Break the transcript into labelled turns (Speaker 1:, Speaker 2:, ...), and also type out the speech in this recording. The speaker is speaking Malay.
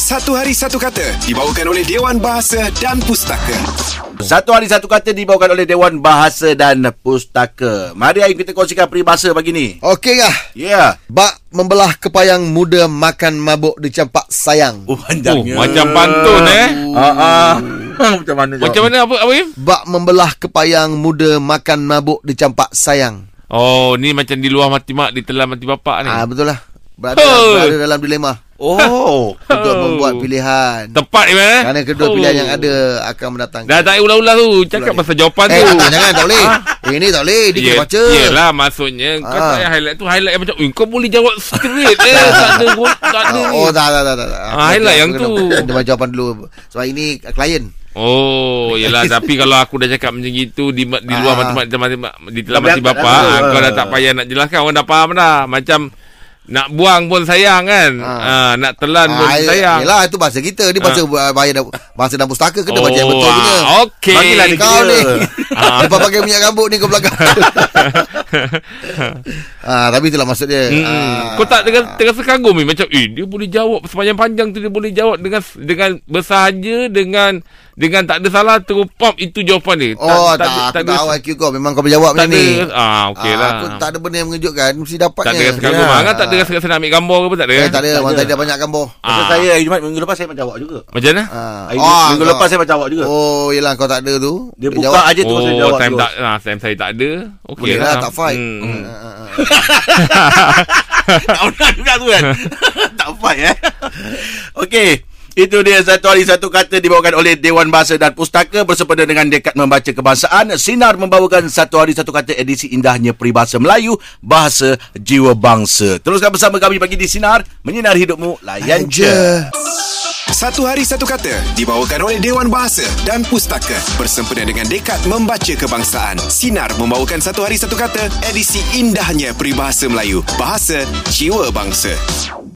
Speaker 1: Satu Hari Satu Kata dibawakan oleh Dewan Bahasa dan Pustaka.
Speaker 2: Satu hari satu kata dibawakan oleh Dewan Bahasa dan Pustaka. Mari ayo kita kongsikan peribahasa pagi ni.
Speaker 3: Okey lah.
Speaker 2: Ya.
Speaker 3: Bak membelah kepayang muda makan mabuk dicampak sayang.
Speaker 2: Yeah. Oh, panjangnya.
Speaker 4: Oh, macam pantun, eh?
Speaker 2: Ah, ah. macam mana?
Speaker 4: Macam
Speaker 2: jawab?
Speaker 4: mana apa apa Im?
Speaker 3: Bak membelah kepayang muda makan mabuk dicampak sayang.
Speaker 4: Oh, ni macam di luar mati mak, di telan mati bapak ni.
Speaker 3: Ah betul lah. Berada,
Speaker 4: Oh.
Speaker 3: berada dalam dilema
Speaker 2: Oh.
Speaker 3: untuk
Speaker 4: Oh.
Speaker 3: membuat pilihan.
Speaker 4: Tepat Im eh.
Speaker 3: Kerana kedua pilihan yang ada akan mendatangkan.
Speaker 4: Dah tak payah ulang-ulang tu. Cakap pasal jawapan
Speaker 3: eh,
Speaker 4: tu.
Speaker 3: tak, jangan tak boleh. Ini tak boleh, dia kena
Speaker 4: Ye-
Speaker 3: baca.
Speaker 4: Yelah maksudnya
Speaker 3: Ah.
Speaker 4: Kau tak payah highlight tu Highlight yang macam "Eh, Kau boleh jawab straight eh Tak ada ru- Tak ada ni
Speaker 3: Oh, oh tak, tak, tak, tak. tak. Aku-
Speaker 4: Ah, highlight
Speaker 3: aku
Speaker 4: yang
Speaker 3: kena-
Speaker 4: tu.
Speaker 3: Dia baca jawapan dulu. Sebab ini klien.
Speaker 4: Oh Yelah tapi kalau aku dah cakap macam gitu Di, ma- di luar
Speaker 3: Ah.
Speaker 4: mati mak di telan mati- Di telan
Speaker 2: Tapi aku
Speaker 4: mati
Speaker 2: tak
Speaker 4: bapa
Speaker 2: tahu.
Speaker 4: ah, Kau dah tak payah nak jelaskan Orang dah faham dah Macam Nak buang pun sayang kan ah. Nak telan pun
Speaker 3: Ah,
Speaker 4: sayang
Speaker 3: Yelah, itu bahasa kita. Dia bahasa ah. bahasa, dan, bahasa dan pustaka. Kena baca yang betul punya.
Speaker 4: ah, Okey
Speaker 2: Bagilah dia
Speaker 3: Kau
Speaker 2: Gila.
Speaker 3: ni Lepas pakai minyak rambut ni Kau belakang ah, Tapi itulah maksud dia Ah.
Speaker 4: Mm. Kau tak terasa, terasa kagum ni macam eh dia boleh jawab sepanjang panjang tu dia boleh jawab dengan dengan bersahaja dengan dengan tak ada salah terupam itu jawapan dia.
Speaker 3: Oh tak, tak, Aku tak tahu IQ kau Memang kau berjawab
Speaker 4: tak
Speaker 3: macam ni
Speaker 4: ada ah okey lah.
Speaker 3: Aku tak ada benda yang mengejutkan Mesti dapatnya
Speaker 4: tak ada rasa kagum.
Speaker 2: Ya.
Speaker 4: Yeah. Angan tak ada rasa rasa nak ambil gambar ke pun tak ada.
Speaker 3: Eh,
Speaker 4: eh?
Speaker 3: tak ada Orang
Speaker 2: ada.
Speaker 3: tadi dah banyak gambar
Speaker 2: Pasal
Speaker 4: Ah.
Speaker 2: saya hari Jumaat minggu lepas saya macam awak juga.
Speaker 4: Macam mana?
Speaker 3: ah.
Speaker 2: Hari minggu
Speaker 3: kau-
Speaker 2: lepas saya macam awak juga.
Speaker 3: Oh yelah kau tak ada tu
Speaker 2: ya. Dia buka
Speaker 3: jawab.
Speaker 2: aja terus dia
Speaker 4: Oh,
Speaker 2: jawab.
Speaker 4: time
Speaker 2: terus.
Speaker 4: tak ah, time saya tak ada. Okey
Speaker 3: Boleh lah tak fight
Speaker 4: Hmm.
Speaker 3: Hmm.
Speaker 2: tak pernah juga tu kan Tak fight eh Okey itu dia satu hari satu kata dibawakan oleh Dewan Bahasa dan Pustaka bersempena dengan Dekat Membaca Kebangsaan. Sinar membawakan satu hari satu kata edisi indahnya peribahasa Melayu, bahasa jiwa bangsa. Teruskan bersama kami pagi di Sinar, menyinar hidupmu, layan je.
Speaker 1: Satu Hari Satu Kata dibawakan oleh Dewan Bahasa dan Pustaka bersempena dengan Dekat Membaca Kebangsaan. Sinar membawakan Satu Hari Satu Kata edisi indahnya peribahasa Melayu, bahasa jiwa bangsa.